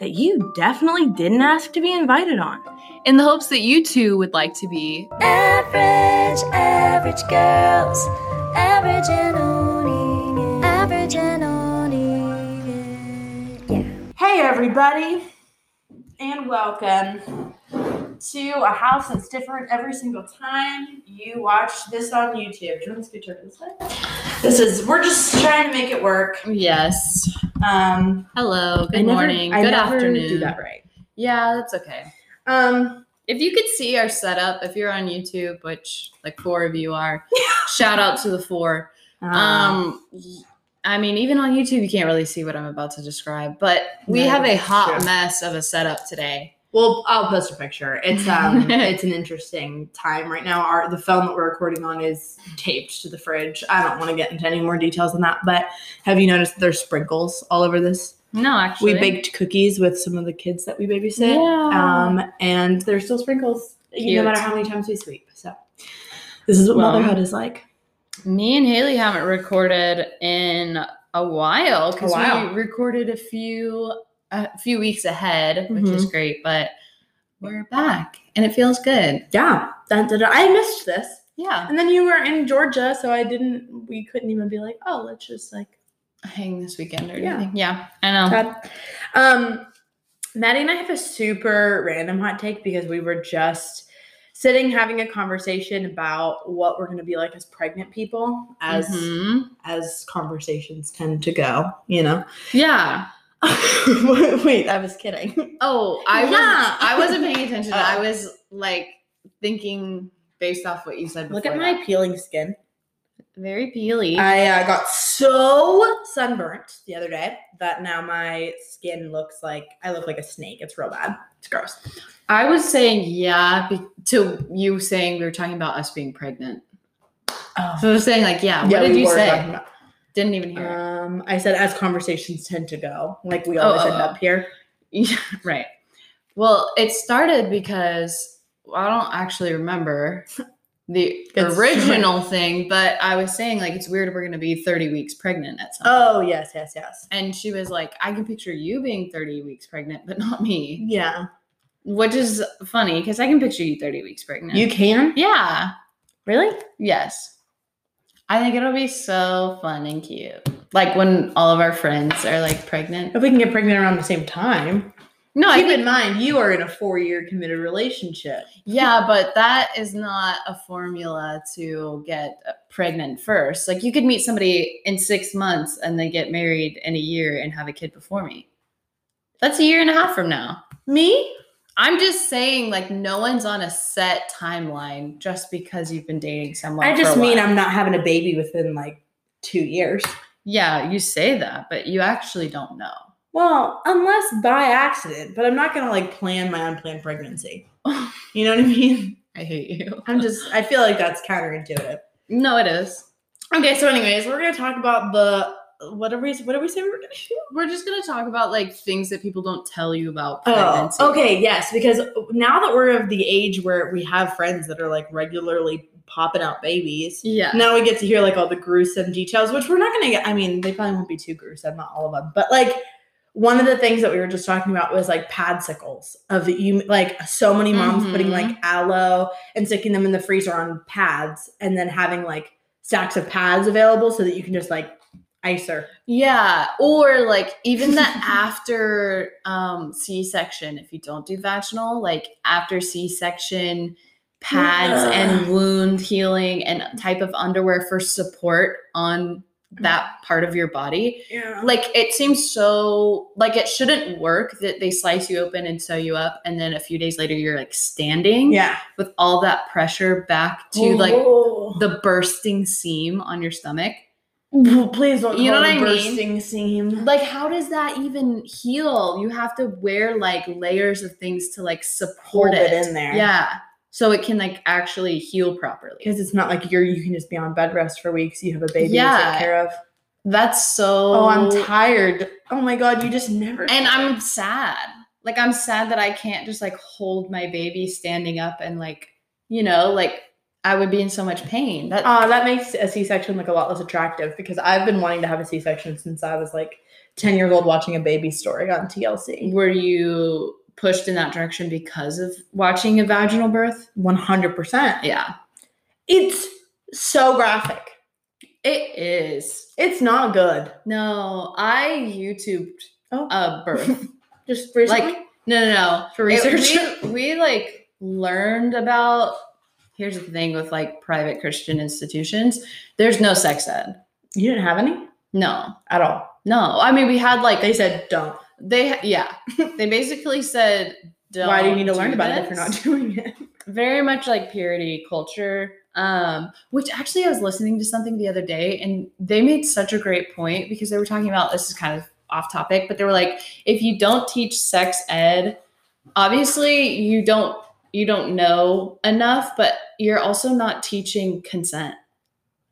that you definitely didn't ask to be invited on. In the hopes that you too would like to be Average, average girls, average and owning it, average and owning it. Yeah. Hey, everybody, and welcome to a house that's different every single time you watch this on YouTube. Do you want to scoot over this way? This is, we're just trying to make it work. Yes. Um, Hello. Good Oh, I never- morning. I good never afternoon. do that right. Yeah, that's okay. Um, If you could see our setup, if you're on YouTube, which like four of you are, shout out to the four. Um, I mean, even on YouTube, you can't really see what I'm about to describe, but we No, have a that's hot true. mess of a setup today. well, I'll post a picture. It's um, it's an interesting time right now. Our the film that we're recording on is taped to the fridge. I don't want to get into any more details on that, but have you noticed there's sprinkles all over this? No, actually, We baked cookies with some of the kids that we babysit. Yeah. Um, and there's still sprinkles, you- Cute. no matter how many times we sweep. So this is what Well. motherhood is like. Me and Haley haven't recorded in a while because A while. we recorded a few a few weeks ahead, which is great. But we're back, and it feels good. Yeah, Dun, dun, dun. I missed this, Yeah, and then you were in Georgia, so I didn't. We couldn't even be like, oh, let's just like. hang this weekend or Yeah. anything. Yeah, I know. Sad. Um, Maddie and I have a super random hot take because we were just sitting having a conversation about what we're going to be like as pregnant people, as Mhm. as conversations tend to go. You know. yeah. Wait, I was kidding. Oh, I was Yeah. I wasn't paying attention. Oh. I was like thinking based off what you said. Look at before my that. peeling skin. very peely. I uh, got so sunburnt the other day that now my skin looks like I look like a snake. It's real bad. It's gross. I was saying yeah be- to you saying we were talking about us being pregnant. Oh. So I was saying like yeah. what did you say? Didn't even hear. it. Um, I said as conversations tend to go, like we Oh, always oh, end oh. up here. Yeah, right. Well, it started because I don't actually remember the It's- original thing, but I was saying like it's weird we're gonna be 30 weeks pregnant at some. point. Oh yes, yes, yes. And she was like, I can picture you being 30 weeks pregnant, but not me. Yeah, Which is funny because I can picture you 30 weeks pregnant. you can yeah. really. Yes. I think it'll be so fun and cute. Like when all of our friends are like pregnant. If we can get pregnant around the same time, No, I keep think, in mind you are in a four-year committed relationship. yeah, but that is not a formula to get pregnant first. Like you could meet somebody in six months and they get married in a year and have a kid before me. That's a year and a half from now. Me? I'm just saying, like, no one's on a set timeline just because you've been dating someone. I for just a mean while. I'm not having a baby within like two years. Yeah, you say that, but you actually don't know. Well, unless by accident, but I'm not gonna like plan my unplanned pregnancy. You know what I mean? I hate you. I'm just I feel like that's counterintuitive. No, it is. Okay, so anyways, we're gonna talk about the what are we what are we saying we're gonna do? We're just gonna talk about like things that people don't tell you about Oh, pregnancy. okay, yes, because now that we're of the age where we have friends that are like regularly popping out babies, Yeah. now we get to hear like all the gruesome details, which we're not gonna get. I mean, they probably won't be too gruesome, not all of them, but like one of the things that we were just talking about was like padsicles of you like so many moms putting Mhm. like aloe and sticking them in the freezer on pads and then having like stacks of pads available so that you can just like ice her. Yeah. Or like even the after um C section, if you don't do vaginal, like after C section pads Ugh. and wound healing and type of underwear for support on that part of your body. Yeah. like it seems so like it shouldn't work that they slice you open and sew you up and then a few days later you're like standing Yeah. with all that pressure back to like the the bursting seam on your stomach please don't. You know call what it I mean? bursting seam. like how does that even heal you have to wear like layers of things to like support Hold it in there. yeah so it can like actually heal properly. Because it's not like you're you can just be on bed rest for weeks. You have a baby to Yeah. take care of. That's so. Oh, I'm tired. Oh my god, you just never. and I'm sad. Like I'm sad that I can't just like hold my baby standing up and like you know like I would be in so much pain. That Uh, that makes a C-section look a lot less attractive because I've been wanting to have a C-section since I was like ten years old, watching a baby story on TLC. were you pushed in that direction because of watching a vaginal birth? One hundred percent. Yeah, It's so graphic. it is. It's not good. No, I YouTubed Oh. a birth. Just recently like no, no, no. for It- research. we, we like learned about. Here's the thing with like private Christian institutions. There's no sex ed. you didn't have any No, at all. no. I mean, we had like They said don't. They yeah, they basically said, Don't Why do you need to learn do about it if this." you're not doing it? Very much like purity culture. Um, which actually, I was listening to something the other day, and they made such a great point because they were talking about this is kind of off topic, but they were like, if you don't teach sex ed, obviously you don't you don't know enough, but you're also not teaching consent.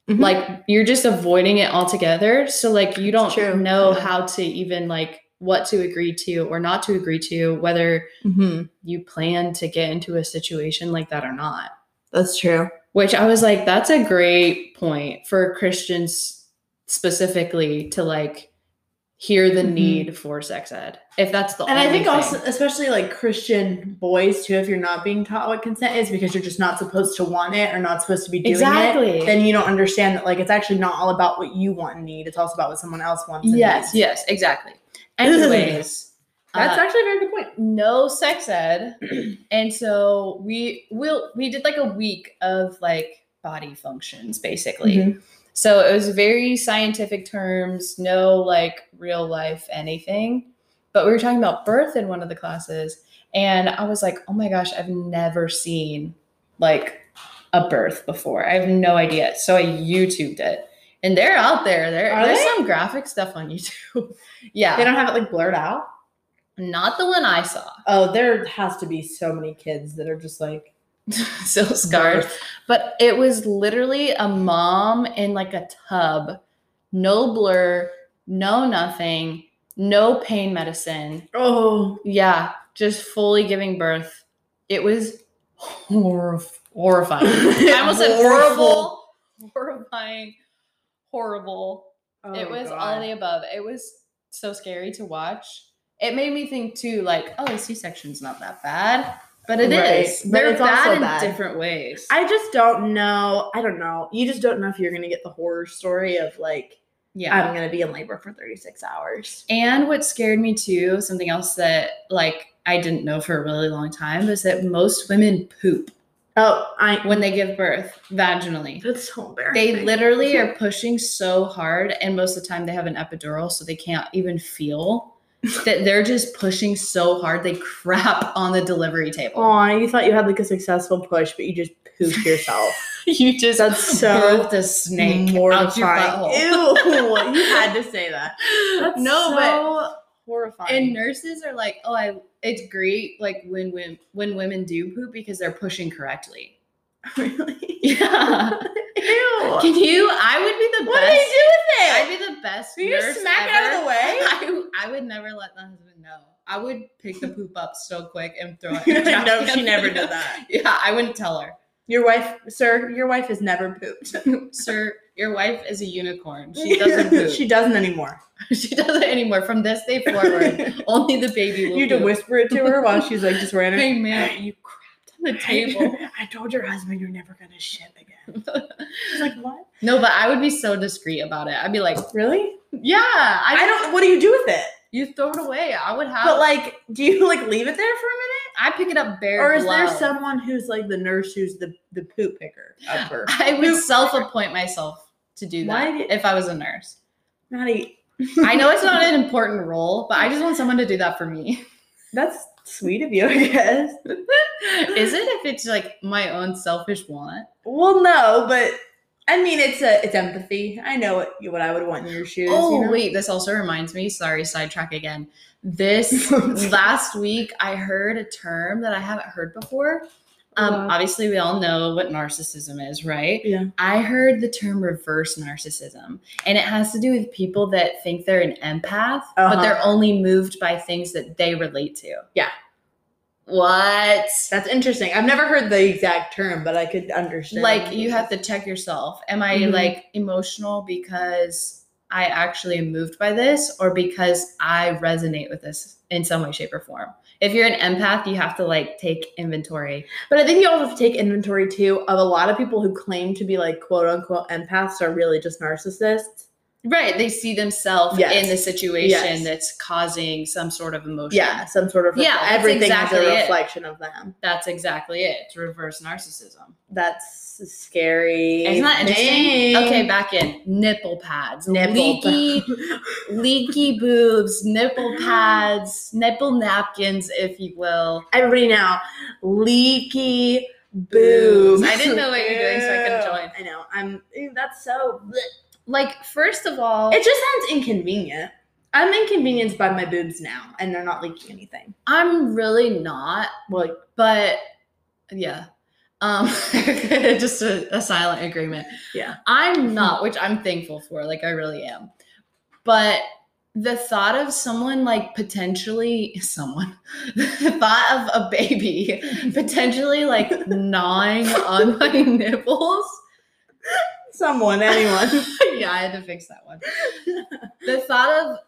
Mhm. Like you're just avoiding it altogether. So like you don't True. know Yeah. how to even like what to agree to or not to agree to, whether Mm-hmm. you plan to get into a situation like that or not. That's true. Which I was like, that's a great point for Christians specifically to like hear the Mhm. need for sex ed. If that's the And I only think thing. also, especially like Christian boys too, if you're not being taught what consent is because you're just not supposed to want it or not supposed to be doing Exactly. it, then you don't understand that like it's actually not all about what you want and need. It's also about what someone else wants. And Yes, needs. yes, exactly. Anyways, that's uh, actually a very good point. no sex ed and so we will we did like a week of like body functions basically Mm-hmm. so it was very scientific terms no like real life anything but we were talking about birth in one of the classes and i was like oh my gosh i've never seen like a birth before i have no idea so i youtubed it and they're out there there, Are there's they? some graphic stuff on youtube yeah They don't have it like blurred out. not the one i saw Oh, there has to be so many kids that are just like so scarred But it was literally a mom in like a tub, no blur, no nothing, no pain medicine. Oh, Yeah, just fully giving birth. It was horrif- horrifying. I almost said horrible, horrifying, horrible. Oh it was all the above. It was so scary to watch. It made me think too, like, oh, a C section's not that bad. But it Right, is. but They're it's also bad in bad. different ways. I just don't know. I don't know. You just don't know if you're gonna get the horror story of like yeah. I'm gonna be in labor for 36 hours. And what scared me too, something else that like I didn't know for a really long time, is that most women poop Oh, I when they give birth vaginally. that's so embarrassing. They literally are pushing so hard, and most of the time they have an epidural, so they can't even feel that they're just pushing so hard they crap on the delivery table. Aw, you thought you had like a successful push, but you just pooped yourself. You just That's so birthed a snake out your Mortifying. butthole. Ew, you had to say that. That's no, but horrifying. And nurses are like, oh, I. It's great, like when when when women do poop because they're pushing correctly. really, Yeah. ew. Can you? I would be the what do best. you do with it? I'd be the best. Will you nurse smack it out of ever. the way? I, I would never let the husband know. I would pick the poop up so quick and throw it. in the no, trash she can. never did that. Yeah, I wouldn't tell her. Your wife, sir, your wife has never pooped. Sir, your wife is a unicorn. She doesn't poop. she she, doesn't anymore. doesn't anymore. From this day forward, only the baby will. you had to poop. whisper it to her while she's like just ran her. Hey man, you crapped on the table. I told your husband you're never gonna shit again. She's like, what? no, but I would be so discreet about it. I'd be like, Really? yeah, I, I don't. What do you do with it? You throw it away. I would have. But like, do you like leave it there for a minute? I pick it up bare. or is there glow. someone who's like the nurse who's the the poop picker of her? I would Poop picker. self-appoint myself to do that Why did- if I was a nurse. not a. I know it's not an important role, but I just want someone to do that for me. That's sweet of you, I guess. Is it if it's like my own selfish want? Well, no, but I mean, it's a it's empathy. I know what what I would want in your shoes. Oh you know? wait, this also reminds me. Sorry, sidetrack again. This last week I heard a term that I haven't heard before. Um, Yeah. Obviously, we all know what narcissism is, right? Yeah. I heard the term reverse narcissism, and it has to do with people that think they're an empath, but Uh-huh. they're only moved by things that they relate to. Yeah. What? That's interesting. I've never heard the exact term, but I could understand. Like, you have to check yourself. Am I Mhm. like emotional because I actually am moved by this, or because I resonate with this in some way, shape, or form? If you're an empath, you have to like take inventory. But I think you also have to take inventory too of a lot of people who claim to be like quote unquote empaths are really just narcissists. Right. They see themselves Yes. in the situation Yes. that's causing some sort of emotion. Yeah, some sort of Yeah, that's everything exactly is a it. reflection of them. That's exactly it. It's reverse narcissism. That's scary. Isn't that interesting? thing. Okay, back in. Nipple pads. Nipple leaky, leaky boobs, nipple pads, nipple napkins, if you will. Everybody now, leaky boobs. I didn't know what you were doing, so I couldn't join. I know. I'm. ew, That's so. bleh. Like, first of all, It just sounds inconvenient. I'm inconvenienced by my boobs now, and they're not leaking anything. I'm really not, Well, but yeah. Um, just a, a silent agreement. yeah. I'm not, which I'm thankful for. Like I really am. But the thought of someone like potentially someone, the thought of a baby potentially like gnawing on my nipples. Someone, anyone. yeah, I had to fix that one. The thought of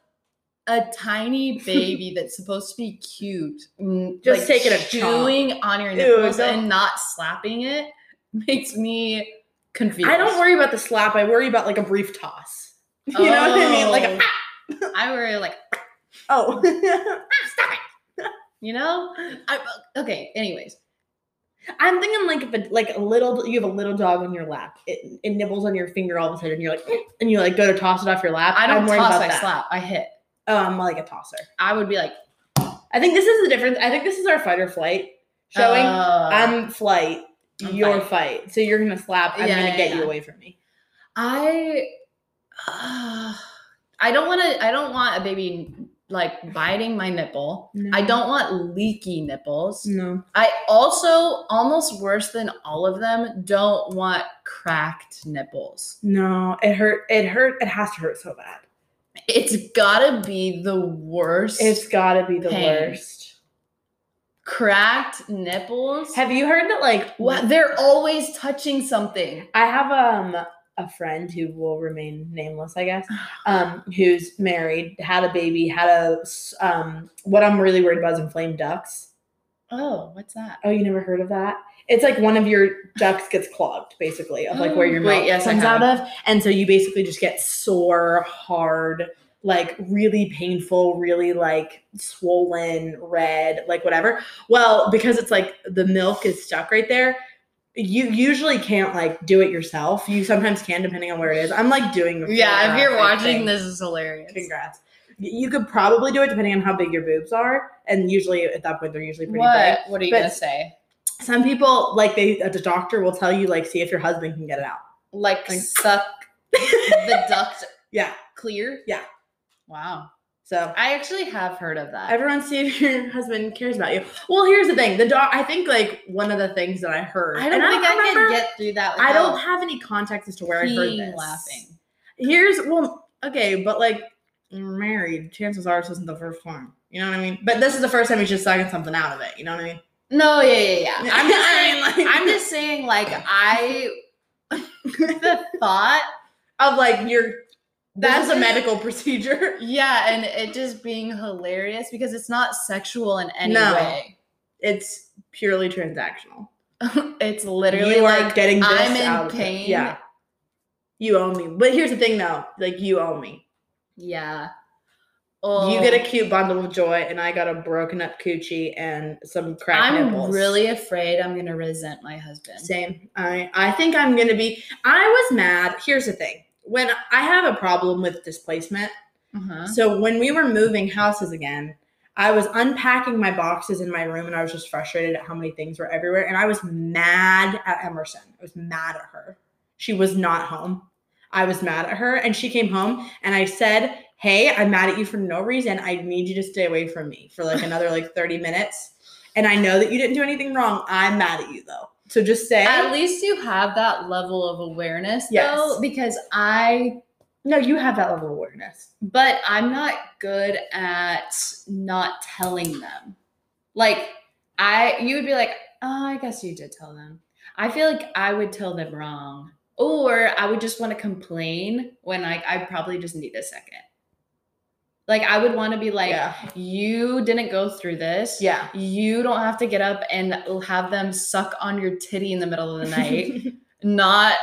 a tiny baby that's supposed to be cute, mm, Just taking a chomp. chewing on your Ew, nipples don't- and not slapping it makes me confused. I don't worry about the slap. I worry about like a brief toss. You know what I mean? Like, a, Oh. I worry like oh, You know? I okay, anyways. I'm thinking like if a, like a little. You have a little dog on your lap. It, it nibbles on your finger all of a sudden, and you're like, "Mm," and you like go to toss it off your lap. I don't I'm worried toss, about I that. slap, I hit. Oh, I'm like a tosser. I would be like I think this is the difference. I think this is our fight or flight showing. Um, uh, I'm flight. I'm your fight. So you're gonna slap. I'm Yeah, gonna yeah, get you yeah. away from me. I uh, I don't want to I don't want a baby like biting my nipple. No. I don't want leaky nipples. No. I also almost worse than all of them don't want cracked nipples. No. It hurt. It hurt. It has to hurt so bad. It's got to be the worst. It's gotta be the Pain. worst. cracked nipples. Have you heard that like Wow, they're always touching something. I have um a friend who will remain nameless, I guess, um, who's married, had a baby, had a s- um. What I'm really worried about is inflamed ducks. Oh, what's that? Oh, you never heard of that? It's like one of your ducts gets clogged, basically, of like where your Wait, milk yes, I comes have. out of, and so you basically just get sore, hard, like really painful, really like swollen, red, like whatever. Well, because it's like the milk is stuck right there. You usually can't like do it yourself. You sometimes can, depending on where it is. I'm like doing. the Yeah, if you're choreographic watching, thing. this is hilarious. congrats. Y- You could probably do it depending on how big your boobs are, and usually at that point they're usually pretty big What? What are you But- gonna say? some people like they uh, the doctor will tell you like see if your husband can get it out Like, Like- suck the duct yeah clear? Yeah. Wow. so I actually have heard of that. everyone see if your husband cares about you well here's the thing the doc i think like one of the things that i heard I don't and think I, remember- can get through that. i don't without have any context as to where i heard peeing this laughing. here's well okay but like you're married chances are this isn't the first time you know what i mean but this is the first time he's just sucking something out of it you know what i mean No, yeah, yeah, yeah. I'm just saying. I mean, like- I'm just saying. Like I, the thought. of like you're This that's is- a medical procedure Yeah, and it just being hilarious because it's not sexual in any No. way. it's purely transactional it's literally you like are getting this I'm in out of it. pain. Yeah. You owe me. But here's the thing though, like you owe me. yeah. Oh. You get a cute bundle of joy and I got a broken up coochie and some cracked I'm nipples. really afraid I'm gonna resent my husband. same. I I think I'm gonna be I was mad. Here's the thing. When I have a problem with displacement. Uh-huh. So when we were moving houses again, I was unpacking my boxes in my room and I was just frustrated at how many things were everywhere. And I was mad at Emerson. I was mad at her. She was not home. I was mad at her. And she came home and I said, Hey, I'm mad at you for no reason. I need you to stay away from me for like another like 30 minutes. and I know that you didn't do anything wrong. I'm mad at you though. So just say At least you have that level of awareness, Yes. though, because I, no, you have that level of awareness. but I'm not good at not telling them. Like, I, you would be like, oh, I guess you did tell them. I feel like I would tell them wrong, or I would just want to complain when I, I probably just need a second. Like, I would want to be like, yeah. you didn't go through this. Yeah. You don't have to get up and have them suck on your titty in the middle of the night. not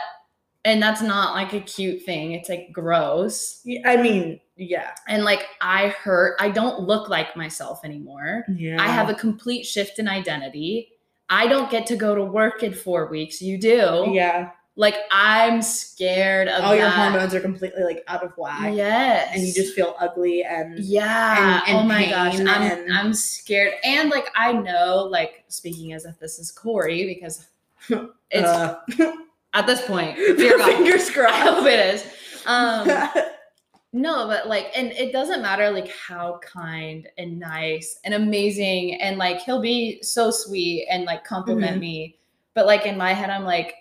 and that's not like a cute thing it's like gross Yeah, I mean, yeah. and like i hurt i don't look like myself anymore Yeah. i have a complete shift in identity i don't get to go to work in four weeks you do yeah. like i'm scared of All your that. hormones are completely like out of whack. yes And you just feel ugly and yeah and- oh and my gosh pain i'm and- i'm scared and like i know like speaking as if this is corey because it's uh, at this point dear God, fingers i hope crossed. it is um No, but like, and it doesn't matter like how kind and nice and amazing and like he'll be so sweet and like compliment Mhm. me. But like in my head, I'm like,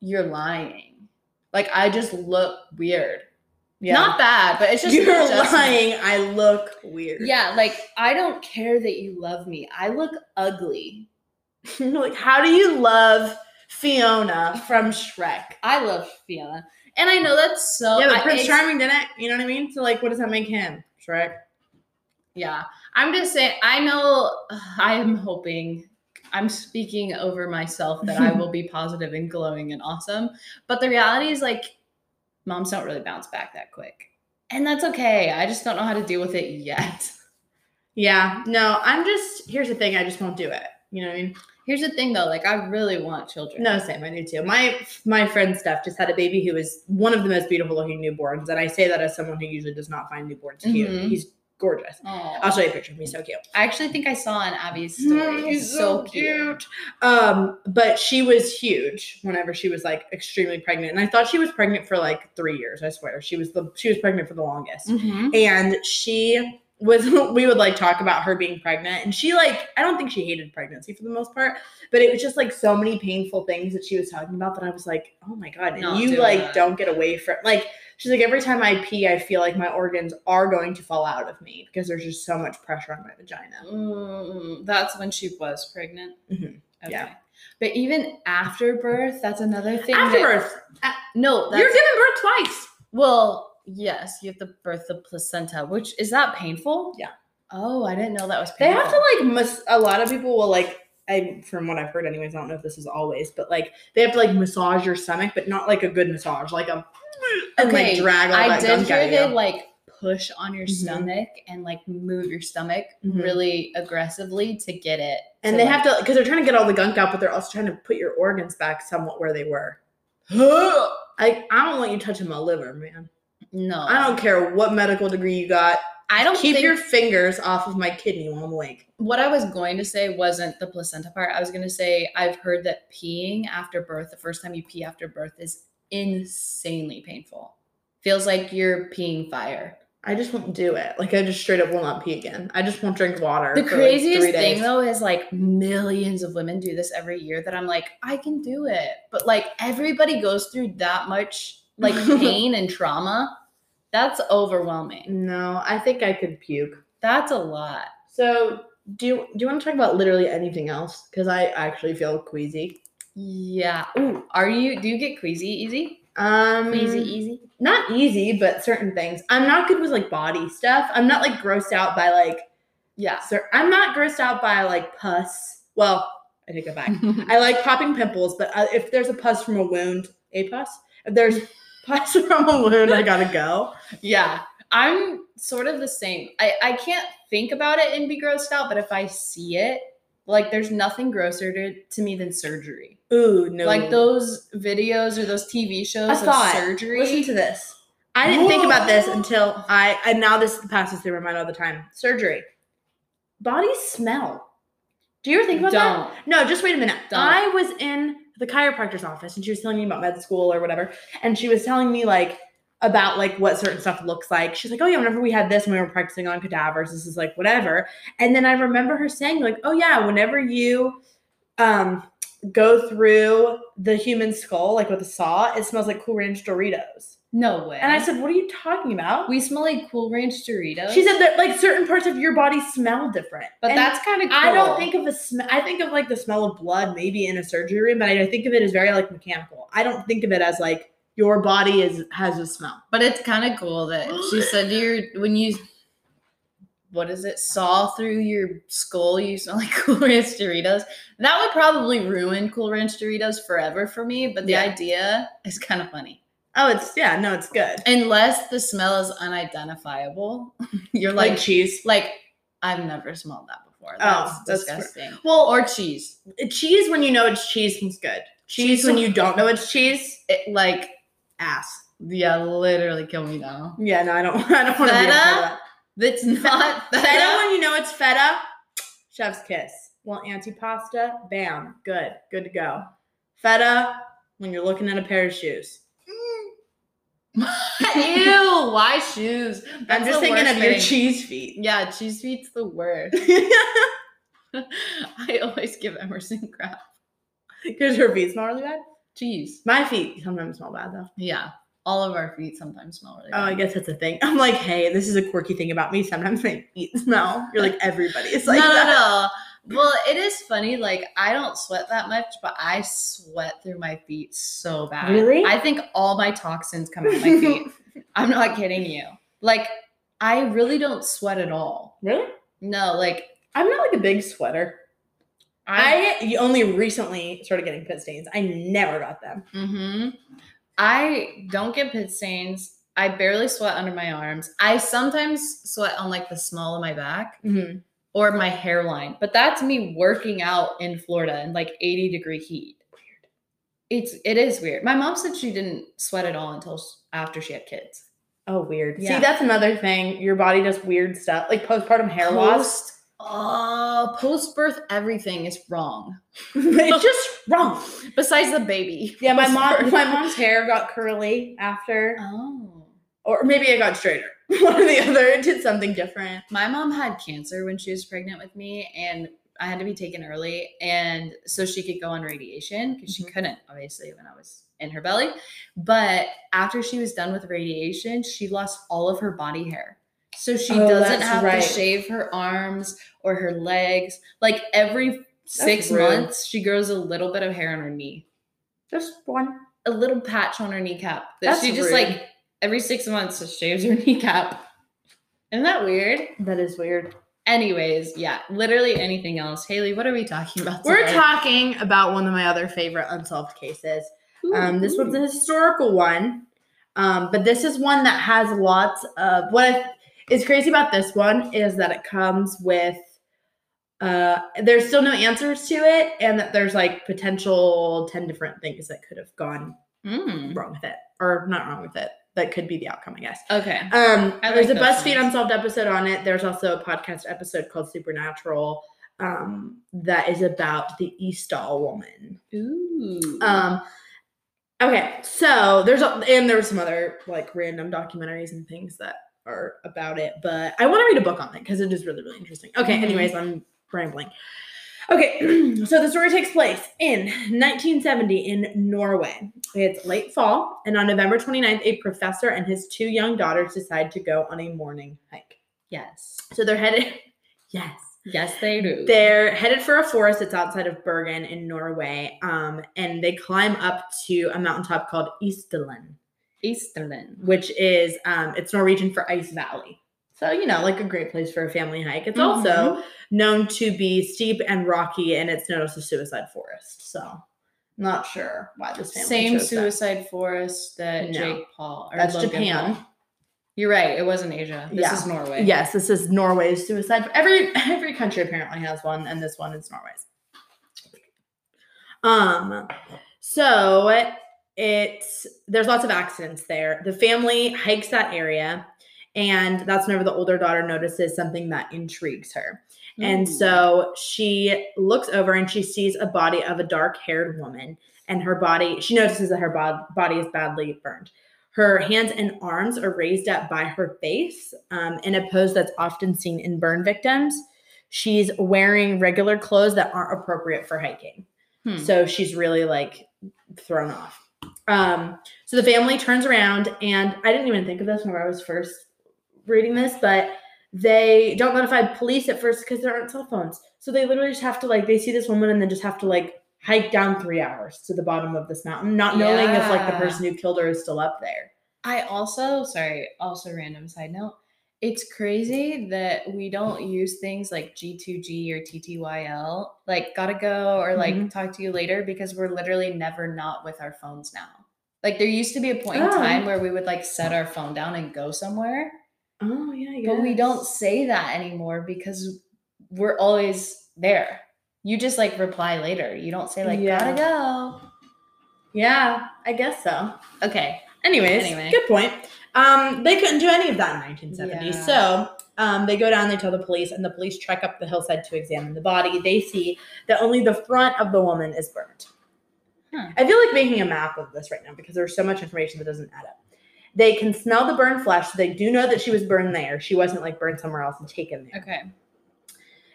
you're lying. Like I just look weird. yeah. Not bad, but it's just an You're adjustment. lying. I look weird. Yeah, like I don't care that you love me. I look ugly. like, how do you love Fiona from Shrek? I love Fiona, and I know that's so. yeah, but I- Prince it's- Charming didn't. You know what I mean? So like, what does that make him? Shrek. Yeah, I'm just saying. I know. I am hoping. I'm speaking over myself that I will be positive and glowing and awesome. But the reality is, like, moms don't really bounce back that quick, and that's okay. I just don't know how to deal with it yet. Yeah. No, I'm just. Here's the thing. I just won't do it. You know what I mean? Here's the thing, though. Like, I really want children. No, same. I do too. My my friend Steph just had a baby who is one of the most beautiful looking newborns, and I say that as someone who usually does not find newborns cute. Mhm. He's gorgeous. Aw. I'll show you a picture of him. He's so cute. I actually think I saw an Abby's story. He's so, cute. Um, but she was huge whenever she was like extremely pregnant, and I thought she was pregnant for like three years. I swear, she was the she was pregnant for the longest. Mm-hmm. and she was we would like talk about her being pregnant and she like i don't think she hated pregnancy for the most part but it was just like so many painful things that she was talking about that i was like oh my god and Not you doing like that. don't get away from like she's like every time i pee i feel like my organs are going to fall out of me because there's just so much pressure on my vagina Mm, that's when she was pregnant. Mhm. Mm-hmm. Yeah. But even after birth, that's another thing. that- after birth No, that's you're giving birth twice well, yes, you have to birth the placenta, which is that painful? Yeah. Oh, I didn't know that was they painful. have to like mas- a lot of people will like I, from what I've heard, anyways, I don't know if this is always, but like they have to like massage your stomach, but not like a good massage, like a and Okay, like drag all I that did gunk out hear of they you. like push on your Mhm. stomach and like move your stomach Mhm. really aggressively to get it. and they have to because they're trying to get all the gunk out, but they're also trying to put your organs back somewhat where they were. Like I don't want you touching my liver, man. No, I don't care what medical degree you got. I don't Keep think your fingers off of my kidney while I'm awake. what I was going to say wasn't the placenta part. I was going to say I've heard that peeing after birth, the first time you pee after birth, is insanely painful. Feels like you're peeing fire. I just won't do it. Like I just straight up will not pee again. I just won't drink water. The for, like, three craziest days. thing though is like millions of women do this every year that I'm like, I can do it. But like everybody goes through that much like pain and trauma. That's overwhelming. No, I think I could puke. That's a lot. So do you, do you want to talk about literally anything else? Because I actually feel queasy. Yeah. Ooh, are you do you get queasy easy? Mm. Um, Queasy e-, easy? not easy, but certain things. I'm not good with like body stuff. I'm not like grossed out by like. Yeah. Cer- I'm not grossed out by like pus. Well, I take it back. I like popping pimples, but I, if there's a pus from a wound, a pus. If there's pus from a wound, I gotta go. Yeah, I'm sort of the same. I, I can't think about it and be grossed out, but if I see it, like there's nothing grosser to, to me than surgery. Ooh no! Like those videos or those TV I shows thought- of surgery. Listen to this. I didn't think about this until I, and now this passes through my mind all the time. Surgery. Bodies smell. Do you ever think about that? Don't. No, just wait a minute. Don't. I was in the chiropractor's office and she was telling me about med school or whatever. And she was telling me, like, about like what certain stuff looks like. She's like, "Oh yeah, whenever we had this, when we were practicing on cadavers, this is like whatever." And then I remember her saying like, "Oh yeah, whenever you um go through the human skull like with a saw, it smells like Cool Ranch Doritos." No way. And I said, "What are you talking about?" we smell like Cool Ranch Doritos. She said that like certain parts of your body smell different. but And that's kind of. Cool. I don't think of a smell. I think of like the smell of blood, maybe in a surgery room, but I think of it as very like mechanical. I don't think of it as like your body is has a smell. But it's kind of cool that she said you're when you what is it saw through your skull you smell like Cool Ranch Doritos. That would probably ruin Cool Ranch Doritos forever for me. But the Yeah. idea is kind of funny. Oh, it's yeah, no, it's good. Unless the smell is unidentifiable, you're Like, like cheese. like I've never smelled that before. That's Oh, that's cr- disgusting. Well, or or cheese. cheese when you know it's cheese smells good. Cheese, Cheese when sm- you don't know it's cheese, It like ass. yeah, literally kill me now. Yeah, no, I don't. I don't want to be a Feta? part of that. That's not Feta when you know it's feta, chef's kiss. Well, antipasta, bam, good, good to go. Feta when you're looking at a pair of shoes. Ew, why shoes? That's I'm just the thinking worst of your thing. cheese feet. Yeah, cheese feet's the worst. Because I always give Emerson crap. her feet smell really bad. Cheese. My feet sometimes smell bad though. Yeah. All of our feet sometimes smell really Oh, I bad. guess that's a thing. I'm like, hey, this is a quirky thing about me. Sometimes my feet smell. You're like everybody. It's like no, that. no, no. Well, it is funny. Like, I don't sweat that much, but I sweat through my feet so bad. Really? I think all my toxins come out my feet. I'm not kidding you. Like, I really don't sweat at all. Really? No, like, I'm not like a big sweater. I I you only recently started getting pit stains. I never got them. hmm I don't get pit stains. I barely sweat under my arms. I sometimes sweat on like the small of my back Mm-hmm. or my hairline, but that's me working out in Florida in like 80 degree heat. It's it is weird. My mom said she didn't sweat at all until s- after she had kids. Oh, weird. Yeah. See, that's another thing. Your body does weird stuff, like postpartum hair loss. Post, uh, post birth, everything is wrong. it's just wrong. Besides the baby. Yeah, my mom, Post-birth. my mom's hair got curly after Oh. or maybe I got straighter. One or the other. It did something different. my mom had cancer when she was pregnant with me and i had to be taken early and so she could go on radiation because she Mhm. couldn't obviously when i was in her belly but after she was done with radiation she lost all of her body hair so she Oh, doesn't that's have right. to shave her arms or her legs like every six rude. months she grows a little bit of hair on her knee Just one. a little patch on her kneecap that That's she just rude. like every six months just shaves her kneecap isn't that weird That is weird. Anyways, yeah, literally anything else. Haley, what are we talking about? We're today? talking about one of my other favorite unsolved cases. Um, this one's a historical one, um, but this is one that has lots of what I, is crazy about this one is that it comes with uh, there's still no answers to it, and that there's like potential ten different things that could have gone Mm, wrong with it, or not wrong with it. That could be the outcome, I guess. Okay. Um, I there's like a those BuzzFeed ones. Unsolved episode on it. There's also a podcast episode called Supernatural um, that is about the Eastall woman. Ooh. Um, okay, so there's a, and there's some other like random documentaries and things that are about it, but I want to read a book on it because it is really really interesting. Okay, Mhm. anyways, I'm rambling. Okay, so the story takes place in 1970 in Norway. It's late fall, and on November 29th, a professor and his two young daughters decide to go on a morning hike. yes. So they're headed, yes, Yes, they do. they're headed for a forest that's outside of Bergen in Norway, um, and they climb up to a mountaintop called Easterland, Easterland. which is um, it's Norwegian for ice valley. So you know, like a great place for a family hike. It's also Mm-hmm. known to be steep and rocky, and it's known as a suicide forest. So, not sure why this family same chose that. suicide forest that No. Jake Paul or That's Logan Japan. Paul- You're right. It wasn't Asia. This Yeah. is Norway. Yes, this is Norway's suicide. Every every country apparently has one, and this one is Norway's. Um, so it, there's lots of accidents there. The family hikes that area, and that's whenever the older daughter notices something that intrigues her. And Ooh. so she looks over and she sees a body of a dark haired woman, and her body. She notices that her bod- body is badly burned. Her hands and arms are raised up by her face um, in a pose that's often seen in burn victims. She's wearing regular clothes that aren't appropriate for hiking. Hmm. So she's really like thrown off. Um, so the family turns around, and I didn't even think of this when I was first reading this, but they don't notify police at first because there aren't cell phones. So they literally just have to like they see this woman and then just have to like hike down three hours to the bottom of this mountain, not knowing if like the Yeah. person who killed her is still up there. I also, sorry, also random side note. It's crazy that we don't use things like G2G or TTYL, like gotta go or like Mhm. talk to you later, because we're literally never not with our phones now. Like there used to be a point Oh. in time where we would like set our phone down and go somewhere, Oh yeah, yeah. but we don't say that anymore because we're always there. You just like reply later. You don't say like Yeah. gotta go. Yeah, I guess so. Okay. Anyways, Anyway. good point. Um, they couldn't do any of that in 1970. Yeah. So um, they go down, they tell the police, and the police trek up the hillside to examine the body. They see that only the front of the woman is burned. Huh. I feel like making a map of this right now because there's so much information that doesn't add up. They can smell the burned flesh. So they do know that she was burned there. She wasn't like burned somewhere else and taken there. Okay.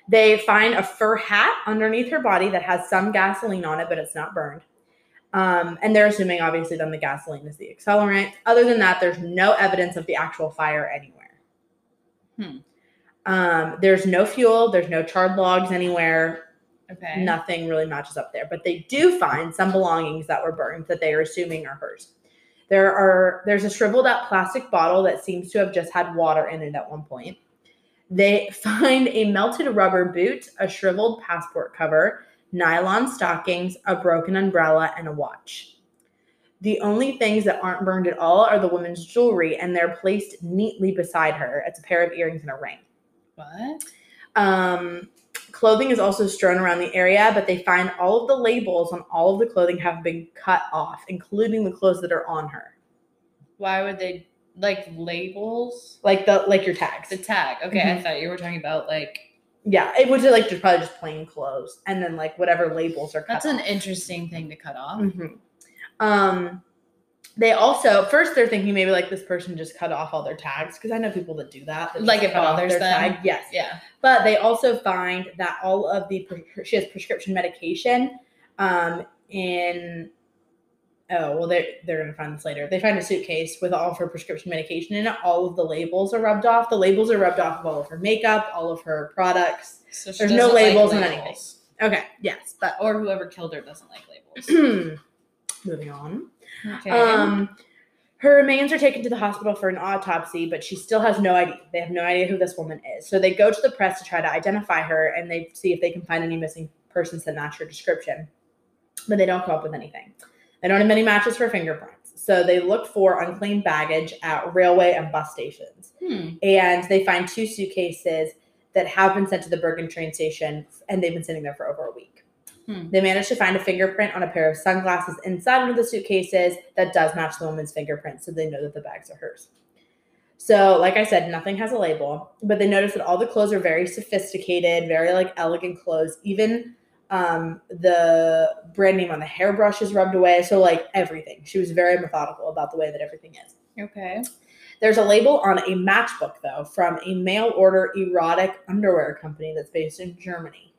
They find a fur hat underneath her body that has some gasoline on it, but it's not burned. Um, and they're assuming, obviously, then the gasoline is the accelerant. Other than that, there's no evidence of the actual fire anywhere. Hmm. Um, there's no fuel, there's no charred logs anywhere. Okay. Nothing really matches up there, but they do find some belongings that were burned that they are assuming are hers. There are there's a shriveled up plastic bottle that seems to have just had water in it at one point. They find a melted rubber boot, a shriveled passport cover, nylon stockings, a broken umbrella, and a watch. The only things that aren't burned at all are the woman's jewelry, and they're placed neatly beside her. It's a pair of earrings and a ring. What? Um, clothing is also strewn around the area, but they find all of the labels on all of the clothing have been cut off, including the clothes that are on her, Why would they like labels? like the like your tags. The tag. Okay, I Mhm. thought you were talking about like yeah, it was like just probably just plain clothes, and then like whatever labels are cut. that's an interesting thing to cut off. Mhm. Um, they also first they're thinking maybe like this person just cut off all their tags because I know people that do that. that just Like it cut off bothers their them? tag. Yes, Yeah. but they also find that all of the pres- she has prescription medication um in oh well they're they're gonna find this later they find a suitcase with all of her prescription medication in it all of the labels are rubbed off the labels are rubbed off of all of her makeup all of her products So she There's no doesn't like labels on anything. okay yes But or whoever killed her doesn't like labels. moving on Okay. um her remains are taken to the hospital for an autopsy, but she still has no idea. They have no idea who this woman is. So they go to the press to try to identify her and they see if they can find any missing persons that match her description. But they don't come up with anything. They don't have many matches for fingerprints. So they look for unclaimed baggage at railway and bus stations. hmm. And they find two suitcases that have been sent to the Bergen train station and they've been sitting there for over a week. Hmm. They managed to find a fingerprint on a pair of sunglasses inside one of the suitcases that does match the woman's fingerprint, so they know that the bags are hers. So, like I said, nothing has a label, but they notice that all the clothes are very sophisticated, very like elegant clothes. Even um, the brand name on the hairbrush is rubbed away. So, like everything, she was very methodical about the way that everything is. Okay. There's a label on a matchbook, though, from a mail order erotic underwear company that's based in Germany.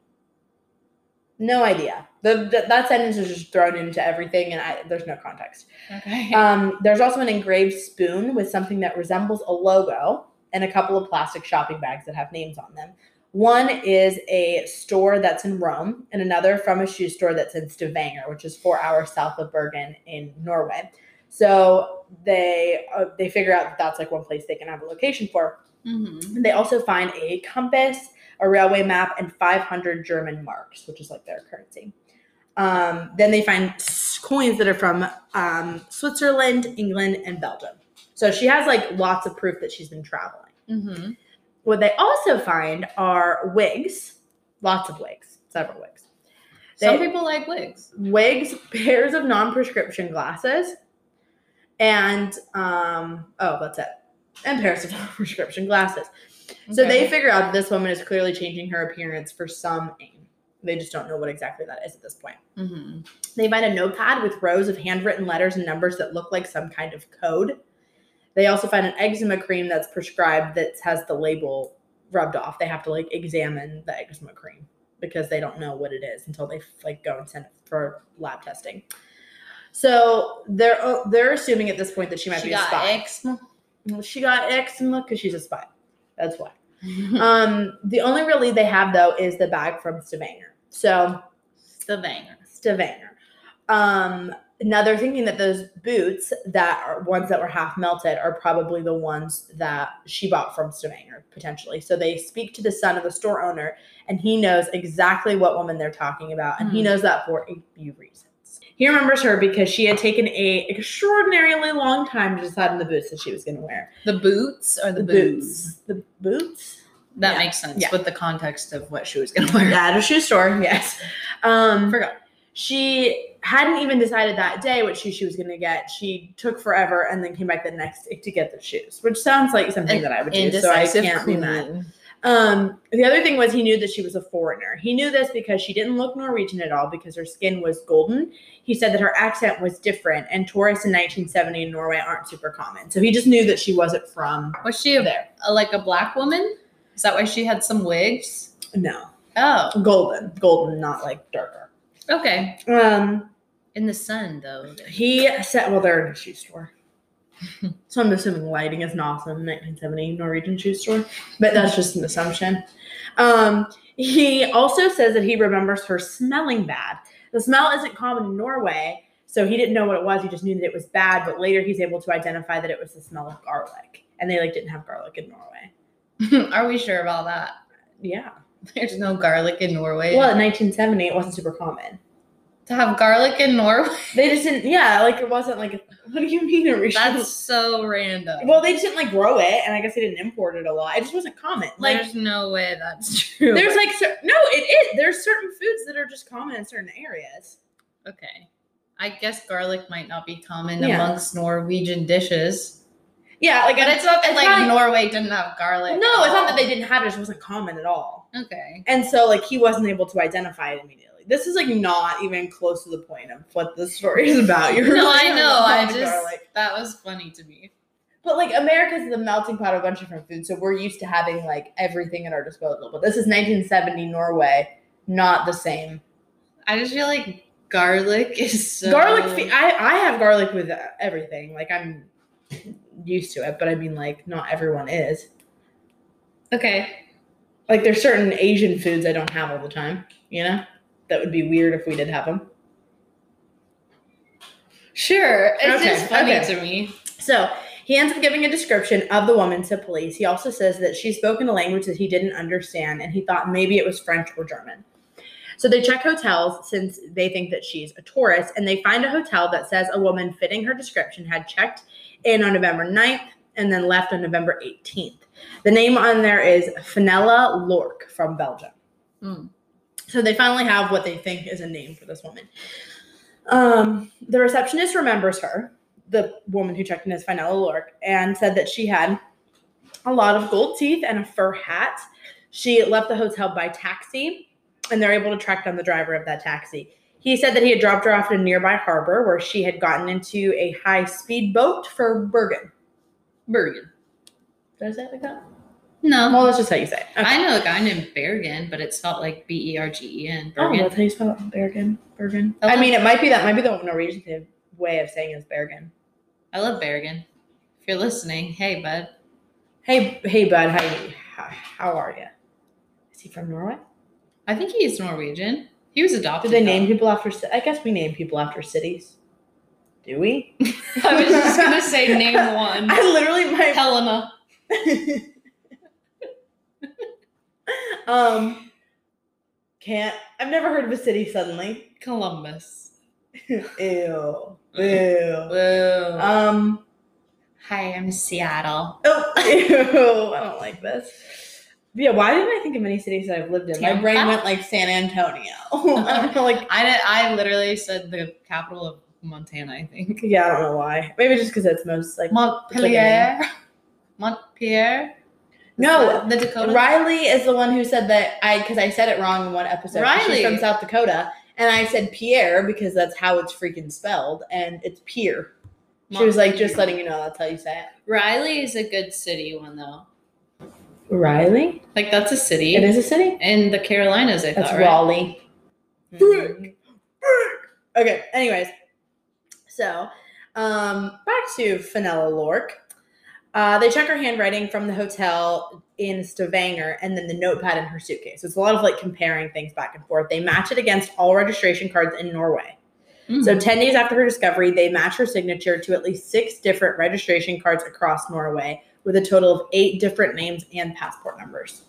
No idea. The, the- that sentence is just thrown into everything, and I, there's no context. Okay. Um, there's also an engraved spoon with something that resembles a logo and a couple of plastic shopping bags that have names on them. One is a store that's in Rome, and another from a shoe store that's in Stavanger, which is four hours south of Bergen in Norway. So they uh, they figure out that that's like one place they can have a location for. Mhm. They also find a compass, a railway map, and 500 German marks, which is like their currency. Um, then they find s- coins that are from um, Switzerland, England, and Belgium. So she has like lots of proof that she's been traveling. Mhm. What they also find are wigs, lots of wigs, several wigs, Some They- people like wigs. wigs, pairs of non-prescription glasses, and um, oh, that's it, and pairs of non-prescription glasses. So they Okay. figure out that this woman is clearly changing her appearance for some aim. They just don't know what exactly that is at this point. Mm-hmm. They find a notepad with rows of handwritten letters and numbers that look like some kind of code. They also find an eczema cream that's prescribed that has the label rubbed off. They have to like examine the eczema cream because they don't know what it is until they like go and send it for lab testing. So they're oh, they're assuming at this point that she might She be a got spy. eczema. She got eczema because she's a spy. That's why. Um, the only real lead they have though is the bag from Stavanger. So the banger. Stavanger. Um, now they're thinking that those boots that are ones that were half melted are probably the ones that she bought from Stavanger potentially. So they speak to the son of the store owner, and he knows exactly what woman they're talking about, and he Hmm. knows that for a few reasons. He remembers her because she had taken a extraordinarily long time to decide on the boots that she was going to wear. The boots or the, boots? the boots. That Yeah. makes sense Yeah. with the context of what she was going to wear. At a shoe store, yes. Um, Forgot. She hadn't even decided that day what shoe she was going to get. She took forever and then came back the next day to get the shoes, which sounds like something An that I would do. So I indecisive can't be mad. queen. Um, the other thing was he knew that she was a foreigner. He knew this because she didn't look Norwegian at all because her skin was golden. He said that her accent was different, and tourists in 1970 in Norway aren't super common. So he just knew that she wasn't from Was she a, there. a- like a black woman? Is that why she had some wigs? No, Oh, golden, golden, not like darker. okay. Um, In the sun, though. He said, well, they're in a shoe store. so I'm assuming lighting isn't awesome in 1970 Norwegian shoe store, but that's just an assumption. Um, he also says that he remembers her smelling bad. The smell isn't common in Norway, so he didn't know what it was. He just knew that it was bad, but later he's able to identify that it was the smell of garlic. And they like didn't have garlic in Norway. Are we sure about that? Yeah. There's no garlic in Norway. Well, in 1970, it wasn't super common. To have garlic in Norway? They just didn't, yeah, like it wasn't like, what do you mean a regional That's so random. Well, they just didn't like grow it, and I guess they didn't import it a lot. It just wasn't common. Like there's no way that's true. there's like cer- no, it is. There's certain foods that are just common in certain areas. okay. I guess garlic might not be common Yeah. amongst Norwegian dishes. Yeah, like But it's oh. not that it's like not- Norway didn't have garlic. no, it's not that they didn't have it; it just wasn't common at all. Okay. And so, like, he wasn't able to identify it immediately. This is like not even close to the point of what the story is about. You're No, like, I know. I common just garlic. that was funny to me. But like America's the melting pot of a bunch of different foods, so we're used to having like everything at our disposal. But this is 1970 Norway, not the same. I just feel like garlic is so garlic fe- I, I have garlic with uh, everything like i'm used to it but i mean like not everyone is okay. like there's certain asian foods i don't have all the time you know that would be weird if we did have them Sure, it's Okay, just funny okay. to me. so he ends up giving a description of the woman to police he also says that she spoke in a language that he didn't understand and he thought maybe it was french or german so they check hotels since they think that she's a tourist and they find a hotel that says a woman fitting her description had checked in on November 9th and then left on November 18th. The name on there is Fenella Lork from Belgium. Hmm. So they finally have what they think is a name for this woman. Um, the receptionist remembers her, the woman who checked in as Fenella Lork, and said that she had a lot of gold teeth and a fur hat. She left the hotel by taxi, and they're able to track down the driver of that taxi. He said that he had dropped her off at a nearby harbor where she had gotten into a high speed boat for Bergen. Bergen. Does that like that? No. Well, that's just how you say it. Okay. I know a guy named Bergen, but it's spelled like B E R G E N. Oh, Bergen. that's how you spell it. Bergen. Bergen. Okay. I mean, it might be that might be the Norwegian thing- way of saying is Bergen. I love Bergen. If you're listening, hey bud. Hey, hey, bud. How you, how, how are you? Is he from Norway? I think he's Norwegian. He was adopted. Do they name though. people after? ci- I guess we name people after cities. Do we? I was just gonna say name one. I literally my Helena. um can't. I've never heard of a city suddenly. Columbus. Ew. Ew. Whoa. Um. Uh, Hi, I'm Seattle. Oh, ew, I don't like this. Yeah, why didn't I think of any cities that I've lived in? My Tampa? brain went like San Antonio. I don't know, like I did, I literally said the capital of Montana. I think yeah, I don't know why. Maybe just because it's most like Montpellier. Montpellier. No, the Dakota. Riley is the one who said that I because I said it wrong in one episode. Riley. She's from South Dakota, and I said Pierre because that's how it's freaking spelled, and it's Pier. She was like, just letting you know that's how you say it. Riley is a good city one though. Riley? Like that's a city. It is a city? In the Carolinas, I That's thought. Right? Raleigh. Mhm. Okay, anyways. So, um, back to Fenella Lork. Uh, they check her handwriting from the hotel in Stavanger and then the notepad in her suitcase. So it's a lot of like comparing things back and forth. They match it against all registration cards in Norway. Mm. So 10 days after her discovery, they match her signature to at least six different registration cards across Norway with a total of eight different names and passport numbers.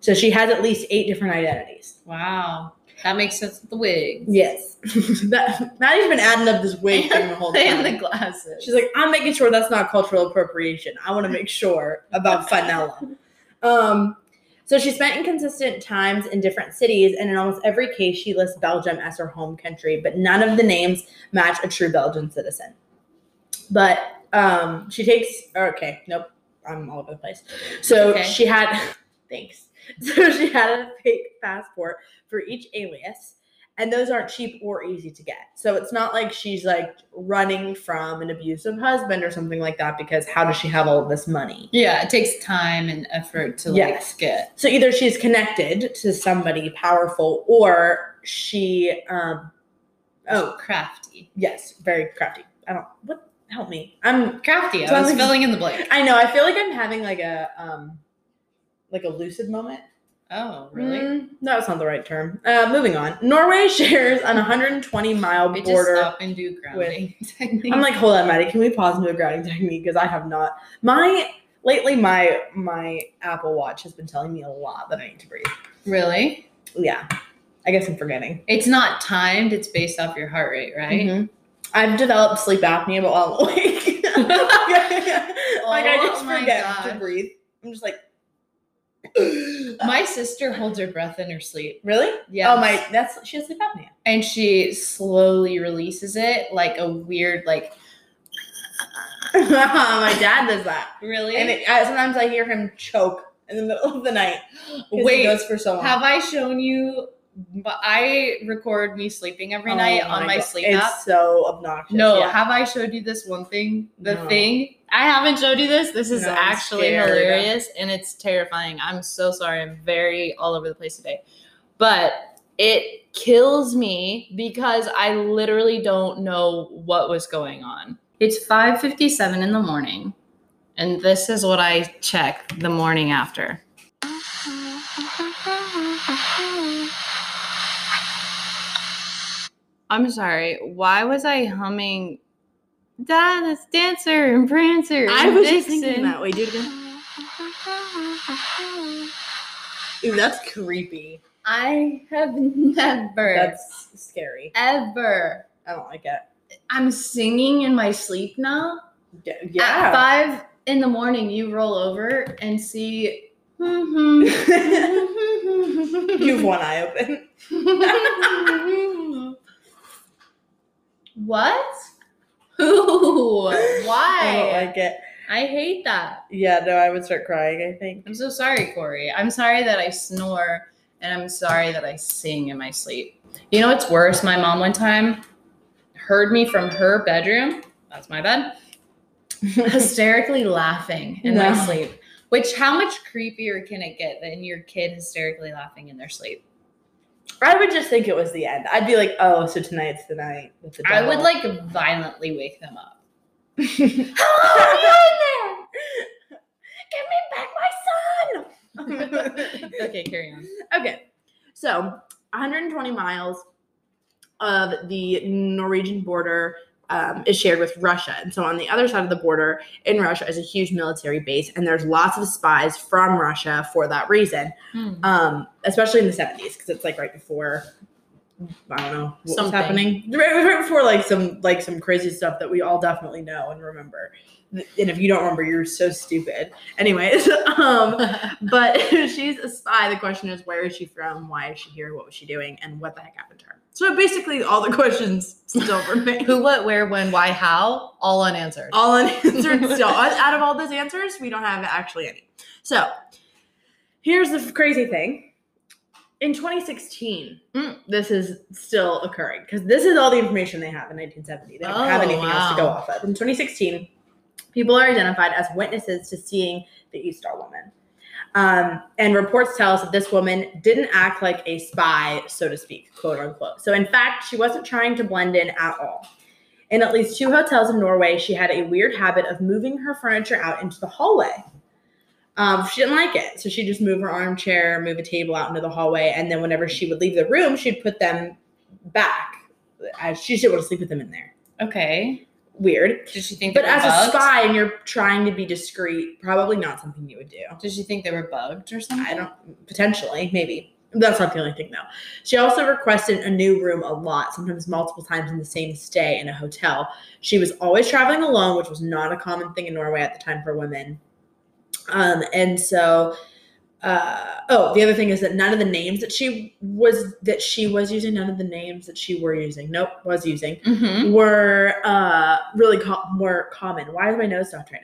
So she has at least eight different identities. wow, that makes sense with the wig Yes. that, Maddie's been adding up this wig thing the whole and the time. glasses. She's like, I'm making sure that's not cultural appropriation. I want to make sure about Fenella. Um, so she spent inconsistent times in different cities, and in almost every case, she lists Belgium as her home country, but none of the names match a true Belgian citizen. But um, she takes, okay, nope, I'm all over the place. So Okay. she had, thanks. So she had a fake passport for each alias, and those aren't cheap or easy to get. So it's not like she's like running from an abusive husband or something like that, because how does she have all of this money? yeah, it takes time and effort to like Yes. get. So either she's connected to somebody powerful or she um Oh, oh crafty, yes, very crafty. I don't what help me. I'm crafty. I Sounds was like- filling in the blank. I know, I feel like I'm having like a um like a lucid moment. Oh, really? Mm, that's not the right term. Uh moving on. Norway shares an 120 mile We just border. stop and do grounding technique. I'm like, hold on, Maddie. Can we pause and do a grounding technique? Because I have not. My lately, my my Apple Watch has been telling me a lot that I need to breathe. really? Yeah, I guess I'm forgetting. It's not timed. It's based off your heart rate, right? Mhm. I've developed sleep apnea while I'm awake. like I Oh just my forget to gosh. breathe. I'm just like, My sister holds her breath in her sleep. really? Yeah. Oh my, that's she has sleep apnea. and she slowly releases it like a weird like my dad does that, really and it, I, sometimes I hear him choke in the middle of the night. 'cause it wait goes for so long. have i shown you but i record me sleeping every night Oh on my God. sleep it's app so obnoxious. no Yeah. have i showed you this one thing the No. thing i haven't showed you this this is No, I'm actually scared. hilarious and it's terrifying i'm so sorry i'm very all over the place today but it kills me because i literally don't know what was going on it's 5.57 in the morning and this is what i check the morning after Oh. i'm sorry why was i humming da that's dancer and prancer I and was just Vixen." thinking that way, dude. Ooh, that's creepy. i have never That's scary. ever I don't like it. i'm singing in my sleep now Yeah. At yeah. five in the morning, you roll over and see. "Mhm, mhm, you have one eye open. mhm." what? Who? I don't Why? like it. I hate that. Yeah, no, I would start crying. I think. I'm so sorry, Corey. I'm sorry that I snore and I'm sorry that I sing in my sleep. You know what's worse? My mom one time heard me from her bedroom. That's my bed. hysterically laughing in my No. sleep. Which how much creepier can it get than your kid hysterically laughing in their sleep? I would just think it was the end. I'd be like, oh, so tonight's the night. with the I would devil. like violently wake them up. Hello, are you in there? Give me back my son. Okay, carry on. Okay. So 120 miles of the Norwegian border um, is shared with Russia. And so on the other side of the border in Russia is a huge military base, and there's lots of spies from Russia for that reason, um, especially in the 70s, because it's like right before. I don't know what's Something. happening. Right, right before like some like some crazy stuff that we all definitely know and remember. And if you don't remember, you're so stupid. Anyways, um, but she's a spy. The question is, where is she from? Why is she here? What was she doing? And what the heck happened to her? So basically, all the questions still remain. Who, what, where, when, why, how, all unanswered. all unanswered still. Out out of all those answers, we don't have actually any. So Here's the f- crazy thing. In 2016, Mm. this is still occurring because this is all the information they have in 1970. They don't have Oh, anything else to go wow. off of. In 2016, people are identified as witnesses to seeing the Eastall woman. Um, and reports tell us that this woman didn't act like a spy, so to speak, quote unquote. So, in fact, she wasn't trying to blend in at all. In at least two hotels in Norway, she had a weird habit of moving her furniture out into the hallway. Um, she didn't like it, so she'd just move her armchair, move a table out into the hallway, and then whenever she would leave the room, she'd put them back. As she didn't want to sleep with them in there. Okay. Weird. Did she think But they were as bugged? a spy and you're trying to be discreet, probably not something you would do. Did she think they were bugged or something? I don't potentially, maybe. That's not the only thing though. She also requested a new room a lot, sometimes multiple times in the same stay in a hotel. She was always traveling alone, which was not a common thing in Norway at the time for women. Um, and so uh, oh, the other thing is that none of the names that she was that she was using, none of the names that she were using, nope, was using, Mm-hmm. were uh really co- more common. Why is my nose stuffed right